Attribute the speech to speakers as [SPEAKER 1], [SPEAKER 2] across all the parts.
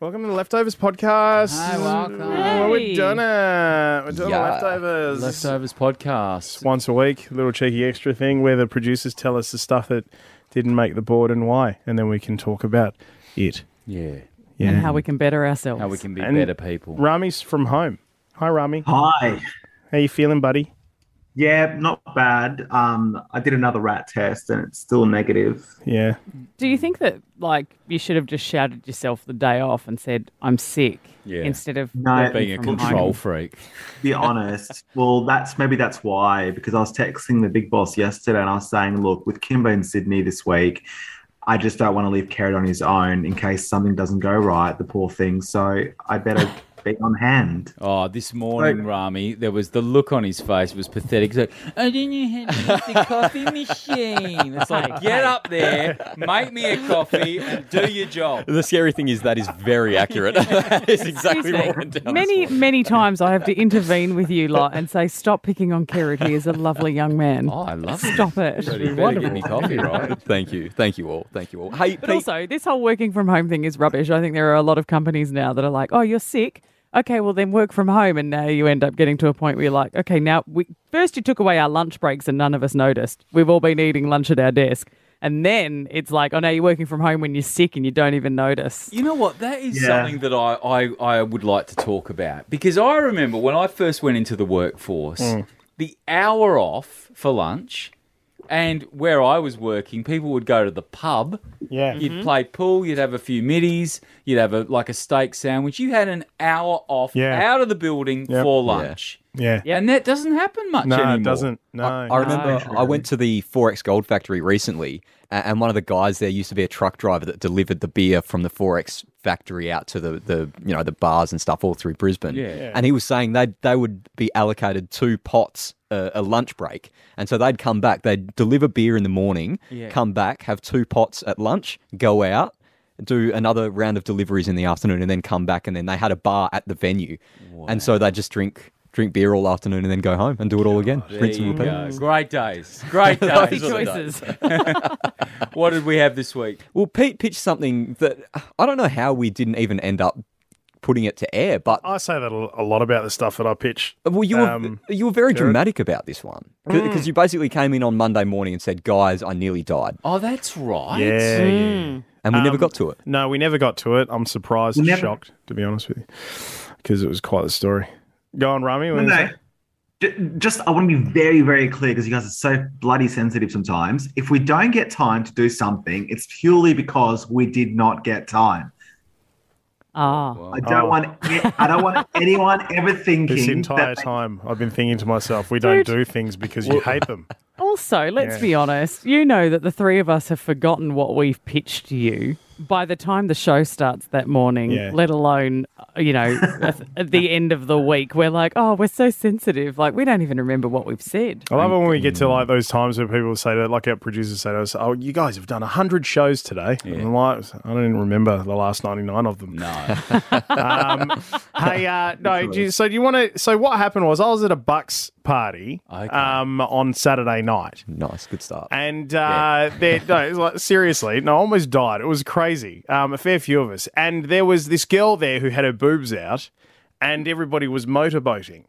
[SPEAKER 1] Welcome to the Leftovers podcast.
[SPEAKER 2] Hi, welcome.
[SPEAKER 1] Well, we're
[SPEAKER 3] Hey.
[SPEAKER 1] doing it. We're doing
[SPEAKER 2] Yeah.
[SPEAKER 1] the leftovers.
[SPEAKER 2] Leftovers podcast.
[SPEAKER 1] It's once a week, little cheeky extra thing where the producers tell us the stuff that didn't make the board and why, and then we can talk about it.
[SPEAKER 2] Yeah.
[SPEAKER 1] Yeah.
[SPEAKER 3] and how we can better ourselves.
[SPEAKER 2] How we can be
[SPEAKER 1] And-
[SPEAKER 2] better people.
[SPEAKER 1] Rami's from home. Hi, Rami.
[SPEAKER 4] Hi.
[SPEAKER 1] How you feeling, buddy?
[SPEAKER 4] Yeah, not bad. Um, I did another rat test and it's still negative.
[SPEAKER 1] Yeah.
[SPEAKER 3] Do you think that like you should have just shouted yourself the day off and said I'm sick
[SPEAKER 2] Yeah.
[SPEAKER 3] instead of
[SPEAKER 4] No,
[SPEAKER 3] working
[SPEAKER 2] Being a
[SPEAKER 3] from
[SPEAKER 2] control
[SPEAKER 3] home?
[SPEAKER 2] freak.
[SPEAKER 4] To be honest, well, that's maybe that's why because I was texting the big boss yesterday and I was saying, look, with Kimbo in Sydney this week, I just don't want to leave Carrot on his own in case something doesn't go right, the poor thing. So I better be on hand.
[SPEAKER 2] Oh, this morning, Rami, there was the look on his face was pathetic. He's like, I didn't have the coffee machine. It's like, get up there, make me a coffee, and do your job.
[SPEAKER 5] The scary thing is that is very accurate. it's exactly
[SPEAKER 3] Excuse
[SPEAKER 5] what went
[SPEAKER 3] me.
[SPEAKER 5] down. this
[SPEAKER 3] Many,
[SPEAKER 5] morning.
[SPEAKER 3] many times I have to intervene with you lot and say, stop picking on Kerry. He is a lovely young man.
[SPEAKER 2] Oh, I love it.
[SPEAKER 3] Stop it.
[SPEAKER 2] So you better give me coffee, right?
[SPEAKER 5] Thank you, thank you all, thank you all. Hey,
[SPEAKER 3] But
[SPEAKER 5] Pete,
[SPEAKER 3] also, this whole working from home thing is rubbish. I think there are a lot of companies now that are like, oh, you're sick. Okay, well, then work from home. And now you end up getting to a point where you're like, okay, now we first you took away our lunch breaks and none of us noticed. We've all been eating lunch at our desk. And then it's like, oh, now you're working from home when you're sick and you don't even notice.
[SPEAKER 2] You know what? That is
[SPEAKER 4] Yeah.
[SPEAKER 2] something that I, I, I would like to talk about because I remember when I first went into the workforce,
[SPEAKER 1] Mm.
[SPEAKER 2] the hour off for lunch and where I was working, people would go to the pub.
[SPEAKER 1] Yeah.
[SPEAKER 2] You'd play pool, you'd have a few middies, you'd have a like a steak sandwich. You had an hour off
[SPEAKER 1] Yeah.
[SPEAKER 2] out of the building
[SPEAKER 1] Yep.
[SPEAKER 2] for lunch.
[SPEAKER 1] Yeah.
[SPEAKER 3] Yep.
[SPEAKER 2] And that doesn't happen much
[SPEAKER 1] No,
[SPEAKER 2] anymore.
[SPEAKER 1] it doesn't. No.
[SPEAKER 5] I remember I went to the Forex Gold Factory recently, a- and one of the guys there used to be a truck driver that delivered the beer from the Forex Factory out to the, the you know the bars and stuff all through Brisbane.
[SPEAKER 2] Yeah. Yeah.
[SPEAKER 5] and he was saying they they would be allocated two pots a, a lunch break, and so they'd come back, they'd deliver beer in the morning,
[SPEAKER 2] Yeah.
[SPEAKER 5] come back, have two pots at lunch, go out. Do another round of deliveries in the afternoon, and then come back. And then they had a bar at the venue, and so they just drink drink beer all afternoon, and then go home and do it all again.
[SPEAKER 2] There
[SPEAKER 5] Rinse and
[SPEAKER 2] you
[SPEAKER 5] repeat.
[SPEAKER 2] go. Great days. Great
[SPEAKER 3] Healthy
[SPEAKER 2] days.
[SPEAKER 3] choices.
[SPEAKER 2] what did we have this week?
[SPEAKER 5] Well, Pete pitched something that I don't know how we didn't even end up putting it to air, but
[SPEAKER 1] I say that a a lot about the stuff that I pitch.
[SPEAKER 5] well, you were
[SPEAKER 1] um, Mm.
[SPEAKER 5] you were very dramatic about this one because you basically came in on Monday morning and said, "Guys, I nearly died,"
[SPEAKER 2] Oh, that's right.
[SPEAKER 1] Yeah, yeah.
[SPEAKER 5] and we never
[SPEAKER 1] Um,
[SPEAKER 5] got to it.
[SPEAKER 1] No, we never got to it. I'm surprised and
[SPEAKER 4] never-
[SPEAKER 1] shocked, to be honest with you, because it was quite the story. Go on, Rami. what
[SPEAKER 4] No,
[SPEAKER 1] was
[SPEAKER 4] no.
[SPEAKER 1] that?
[SPEAKER 4] Ju- Just, I want to be very, very clear because you guys are so bloody sensitive sometimes. If we don't get time to do something, it's purely because we did not get time.
[SPEAKER 3] Ah,
[SPEAKER 4] I don't
[SPEAKER 1] Oh.
[SPEAKER 4] want, I don't want anyone ever thinking
[SPEAKER 1] This entire
[SPEAKER 4] that they-
[SPEAKER 1] time, I've been thinking to myself, we don't
[SPEAKER 3] Dude.
[SPEAKER 1] do things because you hate them.
[SPEAKER 3] also, let's
[SPEAKER 1] Yeah.
[SPEAKER 3] be honest. You know that the three of us have forgotten what we've pitched you by the time the show starts that morning,
[SPEAKER 1] Yeah.
[SPEAKER 3] let alone, uh, you know, at- at the end of the week. We're like, oh, we're so sensitive. Like, we don't even remember what we've said.
[SPEAKER 1] I love it when we get to like those times where people say that, like our producers say to us, "Oh, you guys have done hundred shows today," and I'm like, I don't even remember the last ninety nine of them.
[SPEAKER 2] No.
[SPEAKER 1] Um, hey, uh, no. Do you, so do you want to? So what happened was I was at a Bucks party
[SPEAKER 2] Okay.
[SPEAKER 1] um, on Saturday night.
[SPEAKER 5] Nice, good start.
[SPEAKER 1] And uh, there, no, it was like, seriously, no, I almost died. It was crazy. Um, a fair few of us, and there was this girl there who had her boobs out, and everybody was motorboating,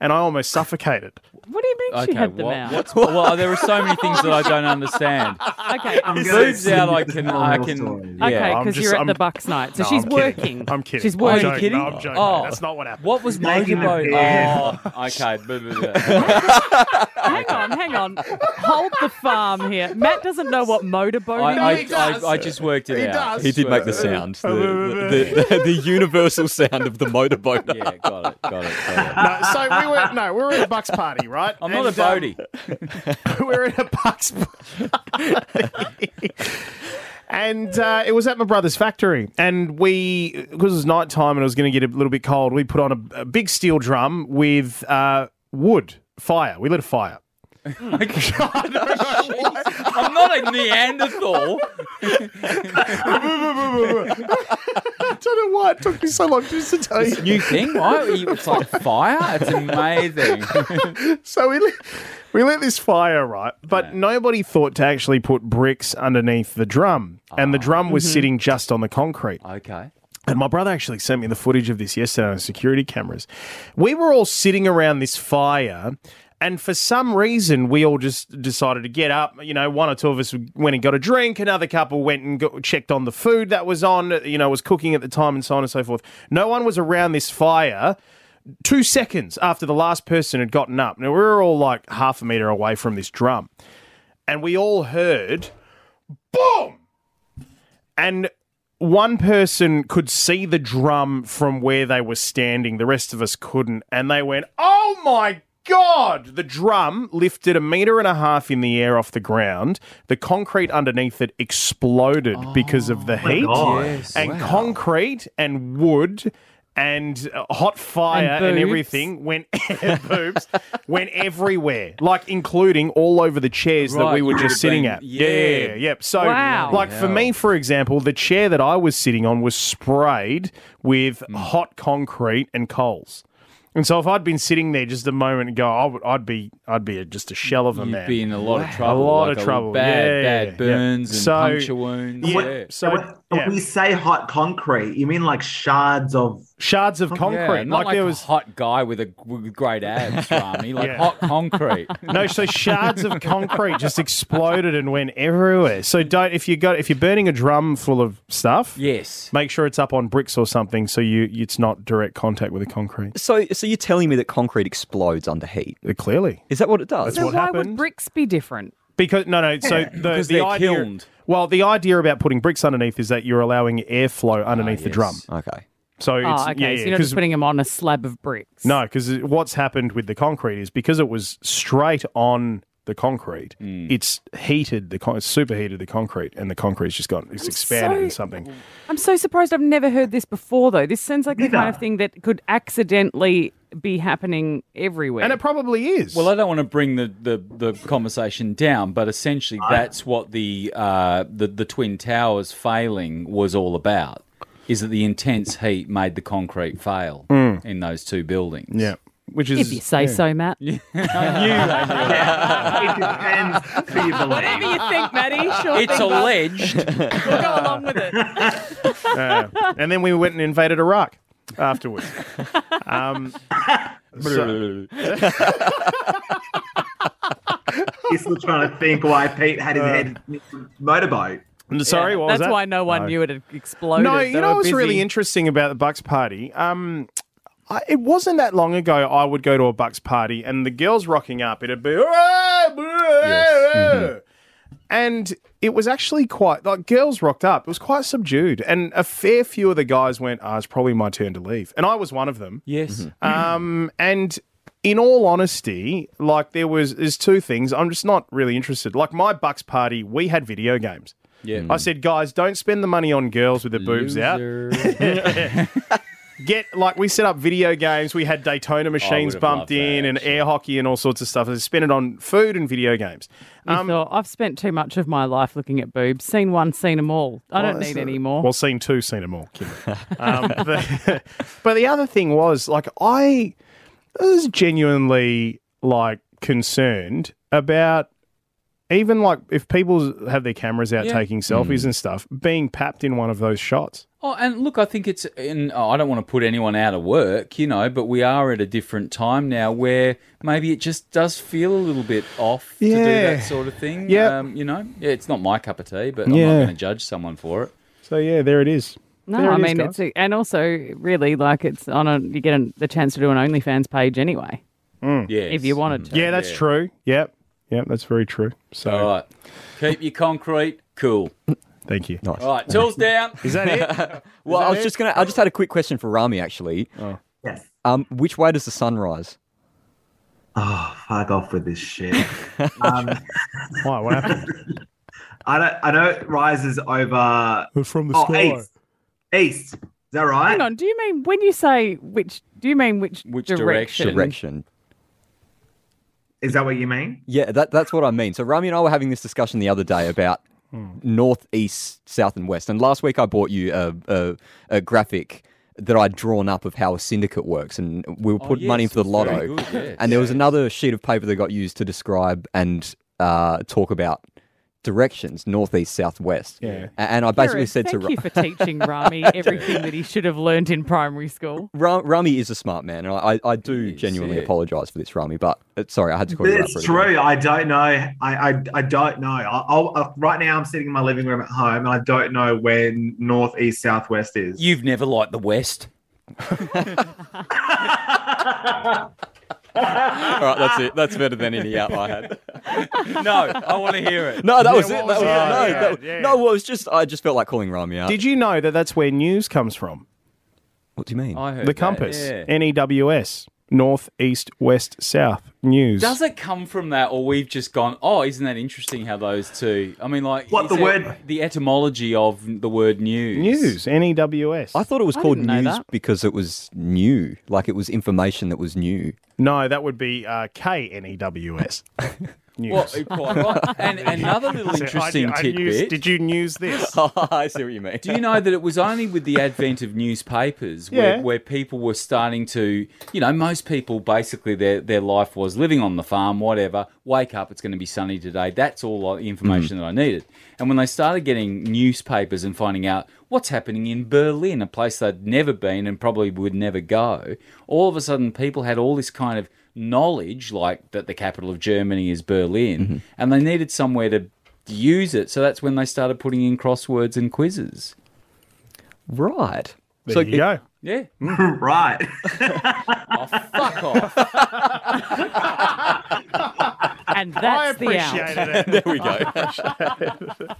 [SPEAKER 1] and I almost suffocated.
[SPEAKER 3] What do you mean she had them
[SPEAKER 2] what-
[SPEAKER 3] out?
[SPEAKER 2] what's- well, there are so many things that I don't understand.
[SPEAKER 3] Okay,
[SPEAKER 4] I'm
[SPEAKER 3] okay,
[SPEAKER 4] gonna
[SPEAKER 2] Boobs
[SPEAKER 4] send
[SPEAKER 2] out,
[SPEAKER 4] you
[SPEAKER 2] I
[SPEAKER 4] the
[SPEAKER 2] can,
[SPEAKER 4] whole
[SPEAKER 2] I
[SPEAKER 4] little
[SPEAKER 2] can.
[SPEAKER 4] story.
[SPEAKER 2] Yeah.
[SPEAKER 3] okay,
[SPEAKER 1] I'm
[SPEAKER 3] because
[SPEAKER 1] just-
[SPEAKER 3] you're
[SPEAKER 1] I'm-
[SPEAKER 3] at the Bucks night, so
[SPEAKER 1] No,
[SPEAKER 3] she's
[SPEAKER 1] I'm kidding.
[SPEAKER 3] working.
[SPEAKER 1] I'm kidding.
[SPEAKER 3] She's
[SPEAKER 1] I'm
[SPEAKER 3] working.
[SPEAKER 1] joking.
[SPEAKER 2] Are you kidding?
[SPEAKER 1] No, I'm joking. That's not what happened.
[SPEAKER 2] What was
[SPEAKER 4] Making a
[SPEAKER 2] motorboat?
[SPEAKER 4] bed.
[SPEAKER 2] Oh, okay. blah, blah, blah.
[SPEAKER 3] Hang on, hang on. Hold the farm here. Matt doesn't know what motorboating
[SPEAKER 2] I,
[SPEAKER 3] is.
[SPEAKER 2] I, I, I just worked it
[SPEAKER 1] He
[SPEAKER 2] out.
[SPEAKER 1] does.
[SPEAKER 5] he did make the sound, the, the, the, the universal sound of the motorboat.
[SPEAKER 2] Yeah, got it, got it, got it.
[SPEAKER 1] No, so we were no, we were at a Bucks party, right?
[SPEAKER 2] I'm not a
[SPEAKER 1] And, um,
[SPEAKER 2] Bodie.
[SPEAKER 1] we were at a Bucks party. And uh, it was at my brother's factory. And we, because it was night time and it was going to get a little bit cold, we put on a, a big steel drum with uh, wood, fire. We lit a fire.
[SPEAKER 2] Oh I'm not a Neanderthal.
[SPEAKER 1] I don't know why it took me so long just to tell you.
[SPEAKER 2] New thing, right? You- It's like fire. It's amazing.
[SPEAKER 1] So we lit, we lit this fire, right? But nobody thought to actually put bricks underneath the drum. And the drum was sitting just on the concrete.
[SPEAKER 2] Okay.
[SPEAKER 1] And my brother actually sent me the footage of this yesterday on security cameras. We were all sitting around this fire, and for some reason, we all just decided to get up. You know, one or two of us went and got a drink. Another couple went and got, checked on the food that was on, you know, was cooking at the time, and so on and so forth. No one was around this fire two seconds after the last person had gotten up. Now, we were all like half a meter away from this drum, and we all heard boom! And one person could see the drum from where they were standing, the rest of us couldn't. And they went, Oh my God! The drum lifted a meter and a half in the air off the ground. The concrete underneath it exploded because of the heat.
[SPEAKER 5] Oh,
[SPEAKER 4] God.
[SPEAKER 2] Yes.
[SPEAKER 1] And concrete and wood. And uh, hot fire
[SPEAKER 3] And
[SPEAKER 1] and,
[SPEAKER 3] boobs.
[SPEAKER 1] everything went e-, boobs went everywhere, like including all over the chairs that
[SPEAKER 2] Right,
[SPEAKER 1] we were
[SPEAKER 2] you would've
[SPEAKER 1] just sitting
[SPEAKER 2] been-
[SPEAKER 1] at.
[SPEAKER 2] yeah.
[SPEAKER 1] yeah, yep. So,
[SPEAKER 3] Wow.
[SPEAKER 1] like for me, for example, the chair that I was sitting on was sprayed with
[SPEAKER 2] Mm.
[SPEAKER 1] hot concrete and coals. And so, if I'd been sitting there just a moment ago, I would, I'd be, I'd be just a shell of a
[SPEAKER 2] You'd
[SPEAKER 1] man.
[SPEAKER 2] be in a lot of trouble.
[SPEAKER 1] lot
[SPEAKER 2] like
[SPEAKER 1] of trouble.
[SPEAKER 2] Bad,
[SPEAKER 1] Yeah, yeah, yeah.
[SPEAKER 2] bad burns and
[SPEAKER 1] So-
[SPEAKER 2] puncture wounds.
[SPEAKER 1] yeah.
[SPEAKER 2] yeah.
[SPEAKER 1] So,
[SPEAKER 4] when,
[SPEAKER 1] yeah.
[SPEAKER 4] when you say hot concrete, you mean like shards of
[SPEAKER 1] shards of
[SPEAKER 2] Oh, Yeah,
[SPEAKER 1] concrete.
[SPEAKER 2] not like,
[SPEAKER 1] there
[SPEAKER 2] a
[SPEAKER 1] was
[SPEAKER 2] hot guy with a with great abs, Rami. Like
[SPEAKER 1] Yeah.
[SPEAKER 2] hot concrete.
[SPEAKER 1] No, so shards of concrete just exploded and went everywhere. So don't if you got if you're burning a drum full of stuff,
[SPEAKER 2] Yes.
[SPEAKER 1] make sure it's up on bricks or something so you it's not direct contact with the concrete.
[SPEAKER 5] So, so you're telling me that concrete explodes under heat?
[SPEAKER 1] Clearly,
[SPEAKER 5] Is that what it does?
[SPEAKER 3] So
[SPEAKER 1] what
[SPEAKER 3] why
[SPEAKER 1] happened.
[SPEAKER 3] would bricks be different?
[SPEAKER 1] because no, no. So the
[SPEAKER 2] Because
[SPEAKER 1] the
[SPEAKER 2] they're
[SPEAKER 1] idea,
[SPEAKER 2] kilned.
[SPEAKER 1] well, the idea about putting bricks underneath is that you're allowing airflow underneath the
[SPEAKER 2] yes.
[SPEAKER 1] drum.
[SPEAKER 5] Okay.
[SPEAKER 1] So it's
[SPEAKER 3] Ah, oh, okay.
[SPEAKER 1] yeah,
[SPEAKER 3] so
[SPEAKER 1] yeah,
[SPEAKER 3] you're not
[SPEAKER 1] 'cause-
[SPEAKER 3] just putting them on a slab of bricks.
[SPEAKER 1] No, because what's happened with the concrete is because it was straight on the concrete,
[SPEAKER 3] Hmm.
[SPEAKER 1] it's heated the con- it's superheated the concrete, and the concrete's just gone. It's expanded
[SPEAKER 3] so-
[SPEAKER 1] in something.
[SPEAKER 3] I'm so surprised I've never heard this before, though. This sounds like the kind
[SPEAKER 4] Neither.
[SPEAKER 3] of thing that could accidentally be happening everywhere.
[SPEAKER 1] And it probably is.
[SPEAKER 2] Well, I don't want to bring the, the, the conversation down, but essentially that's what the, uh, the the twin towers failing was all about. Is that the intense heat made the concrete fail
[SPEAKER 1] Hmm.
[SPEAKER 2] in those two buildings?
[SPEAKER 1] yeah, which
[SPEAKER 3] if you
[SPEAKER 1] is
[SPEAKER 3] say so, Matt.
[SPEAKER 4] it depends who you believe.
[SPEAKER 3] Whatever you think, Maddie. Sure
[SPEAKER 2] It's
[SPEAKER 3] thing, bud.
[SPEAKER 2] alleged.
[SPEAKER 3] We'll go along with it.
[SPEAKER 1] uh, and then we went and invaded Iraq afterwards. um, so-
[SPEAKER 4] He's still trying to think why Pete had
[SPEAKER 1] Uh.
[SPEAKER 4] his head motorboat.
[SPEAKER 1] sorry, what was
[SPEAKER 3] That's
[SPEAKER 1] that?
[SPEAKER 3] why no one knew it had exploded.
[SPEAKER 1] No,
[SPEAKER 3] They
[SPEAKER 1] you know
[SPEAKER 3] were
[SPEAKER 1] what's
[SPEAKER 3] busy.
[SPEAKER 1] really interesting about the Bucks party? Um, I, it wasn't that long ago I would go to a Bucks party and the girls rocking up, it'd be. And it was actually quite like girls rocked up. It was quite subdued, and a fair few of the guys went, "Ah, it's probably my turn to leave," and I was one of them.
[SPEAKER 2] yes.
[SPEAKER 1] Um, and in all honesty, like there was, there's two things. I'm just not really interested. Like my Bucks party, we had video games.
[SPEAKER 2] Yeah.
[SPEAKER 1] I said, guys, don't spend the money on girls with their boobs out
[SPEAKER 2] Loser.
[SPEAKER 1] get like we set up video games. We had Daytona machines
[SPEAKER 2] would've
[SPEAKER 1] bumped
[SPEAKER 2] loved that,
[SPEAKER 1] in and air hockey and all sorts of stuff. I spent it on food and video games.
[SPEAKER 3] You
[SPEAKER 1] um,
[SPEAKER 3] thought, I've spent too much of my life looking at boobs. Seen one, seen them all. I don't
[SPEAKER 1] that's
[SPEAKER 3] need
[SPEAKER 1] a-
[SPEAKER 3] any more.
[SPEAKER 1] Well, seen two, seen them all. Kim. um, but, but the other thing was like I was genuinely like concerned about. Even like if people have their cameras out
[SPEAKER 2] Yeah.
[SPEAKER 1] taking selfies and stuff, being papped in one of those shots.
[SPEAKER 2] Oh, and look, I think it's, and oh, I don't want to put anyone out of work, you know, but we are at a different time now where maybe it just does feel a little bit off to do
[SPEAKER 1] Yeah.
[SPEAKER 2] that sort of thing.
[SPEAKER 1] Yep.
[SPEAKER 2] Um, you know, yeah, it's not my cup of tea, but I'm
[SPEAKER 1] Yeah.
[SPEAKER 2] not going to judge someone for it.
[SPEAKER 1] So yeah, there it is.
[SPEAKER 3] no,
[SPEAKER 1] There it
[SPEAKER 3] I
[SPEAKER 1] is,
[SPEAKER 3] mean,
[SPEAKER 1] guys.
[SPEAKER 3] it's a, and also really like it's on a, you get a, the chance to do an OnlyFans page anyway,
[SPEAKER 5] Hmm.
[SPEAKER 2] Yeah.
[SPEAKER 3] if you
[SPEAKER 2] Mm.
[SPEAKER 3] wanted to.
[SPEAKER 1] yeah, that's
[SPEAKER 2] yeah. Oh.
[SPEAKER 1] true. Yep, yep, that's very true. So
[SPEAKER 2] All right. Keep your concrete cool.
[SPEAKER 1] thank you.
[SPEAKER 5] Nice.
[SPEAKER 2] All right, tools down.
[SPEAKER 1] Is that it?
[SPEAKER 5] Well, I was
[SPEAKER 1] it? Oh.
[SPEAKER 5] just gonna. I just had a quick question for Rami actually.
[SPEAKER 4] Yes.
[SPEAKER 5] Um, which way does the sun rise?
[SPEAKER 4] Oh, fuck off with this shit. Um,
[SPEAKER 1] Why? What happened?
[SPEAKER 4] I don't. I know it rises over.
[SPEAKER 1] From the
[SPEAKER 4] Oh, east. East. Is that right?
[SPEAKER 3] Hang on, do you mean when you say which? Do you mean which,
[SPEAKER 2] Which
[SPEAKER 3] direction?
[SPEAKER 2] direction?
[SPEAKER 5] Direction.
[SPEAKER 4] Is that what you mean?
[SPEAKER 5] Yeah, that, that's what I mean. So Rami and I were having this discussion the other day about north, east, south, and west. And last week I bought you a, a, a graphic that I'd drawn up of how a syndicate works, and we were putting
[SPEAKER 2] Oh, yes,
[SPEAKER 5] money into the
[SPEAKER 2] it was very
[SPEAKER 5] lotto.
[SPEAKER 2] good, yes.
[SPEAKER 5] And there was another sheet of paper that got used to describe and uh, talk about directions northeast, southwest.
[SPEAKER 1] Yeah.
[SPEAKER 5] A- And I basically
[SPEAKER 3] Eric,
[SPEAKER 5] said to
[SPEAKER 3] Thank
[SPEAKER 5] Ra-
[SPEAKER 3] you for teaching Rami everything that he should have learned in primary school.
[SPEAKER 5] Ra- Rami is a smart man, and I, I, I do
[SPEAKER 2] is,
[SPEAKER 5] genuininely
[SPEAKER 2] yeah.
[SPEAKER 5] apologise for this, Rami. But uh, sorry, I had to call you out. for
[SPEAKER 4] It's
[SPEAKER 5] it.
[SPEAKER 4] true. I don't know. I I, I don't know. I, I'll, I, right now, I'm sitting in my living room at home, and I don't know where north, east, southwest is.
[SPEAKER 2] You've never liked the West.
[SPEAKER 5] All right, that's it. That's better than any out I had.
[SPEAKER 2] No, I want to hear it.
[SPEAKER 5] No, that was it.
[SPEAKER 1] what was
[SPEAKER 5] That was,
[SPEAKER 1] it?
[SPEAKER 5] no,
[SPEAKER 1] Yeah,
[SPEAKER 5] that-
[SPEAKER 1] yeah.
[SPEAKER 5] no. Well, it was just I just felt like calling Rami out.
[SPEAKER 1] Did you know that that's where news comes from?
[SPEAKER 5] what do you mean?
[SPEAKER 2] I heard
[SPEAKER 1] The
[SPEAKER 2] that,
[SPEAKER 1] compass,
[SPEAKER 2] yeah.
[SPEAKER 1] N-E-W-S, north, east, west, south news.
[SPEAKER 2] Does it come from that, or we've just gone? Oh, isn't that interesting? How those two? I mean, like
[SPEAKER 4] What,
[SPEAKER 2] is
[SPEAKER 4] the
[SPEAKER 2] it-
[SPEAKER 4] word-
[SPEAKER 2] the etymology of the word news.
[SPEAKER 1] news? E N-E-W-S.
[SPEAKER 5] I thought it was called
[SPEAKER 3] didn't know
[SPEAKER 5] news
[SPEAKER 3] that.
[SPEAKER 5] because it was new, like it was information that was new.
[SPEAKER 1] no, that would be uh, K-N-E-W-S. news.
[SPEAKER 2] Well, quite right. And another little
[SPEAKER 1] So I-
[SPEAKER 2] interesting
[SPEAKER 1] I
[SPEAKER 2] tidbit.
[SPEAKER 1] news- did you news this?
[SPEAKER 5] Oh, I see what you mean.
[SPEAKER 2] Do you know that it was only with the advent of newspapers where,
[SPEAKER 1] Yeah.
[SPEAKER 2] where people were starting to, you know, most people basically their, their life was living on the farm, whatever, wake up, it's going to be sunny today. That's all I- the information that I needed. And when they started getting newspapers and finding out what's happening in Berlin, a place they'd never been and probably would never go, all of a sudden people had all this kind of knowledge, like that the capital of Germany is Berlin, and they needed somewhere to. Use it, so that's when they started putting in crosswords and quizzes.
[SPEAKER 5] Right.
[SPEAKER 1] There
[SPEAKER 5] so
[SPEAKER 1] you go.
[SPEAKER 2] Yeah.
[SPEAKER 4] right.
[SPEAKER 2] Oh, fuck off.
[SPEAKER 3] And
[SPEAKER 1] I
[SPEAKER 3] that's the
[SPEAKER 1] appreciate
[SPEAKER 3] out.
[SPEAKER 1] it.
[SPEAKER 5] There we go.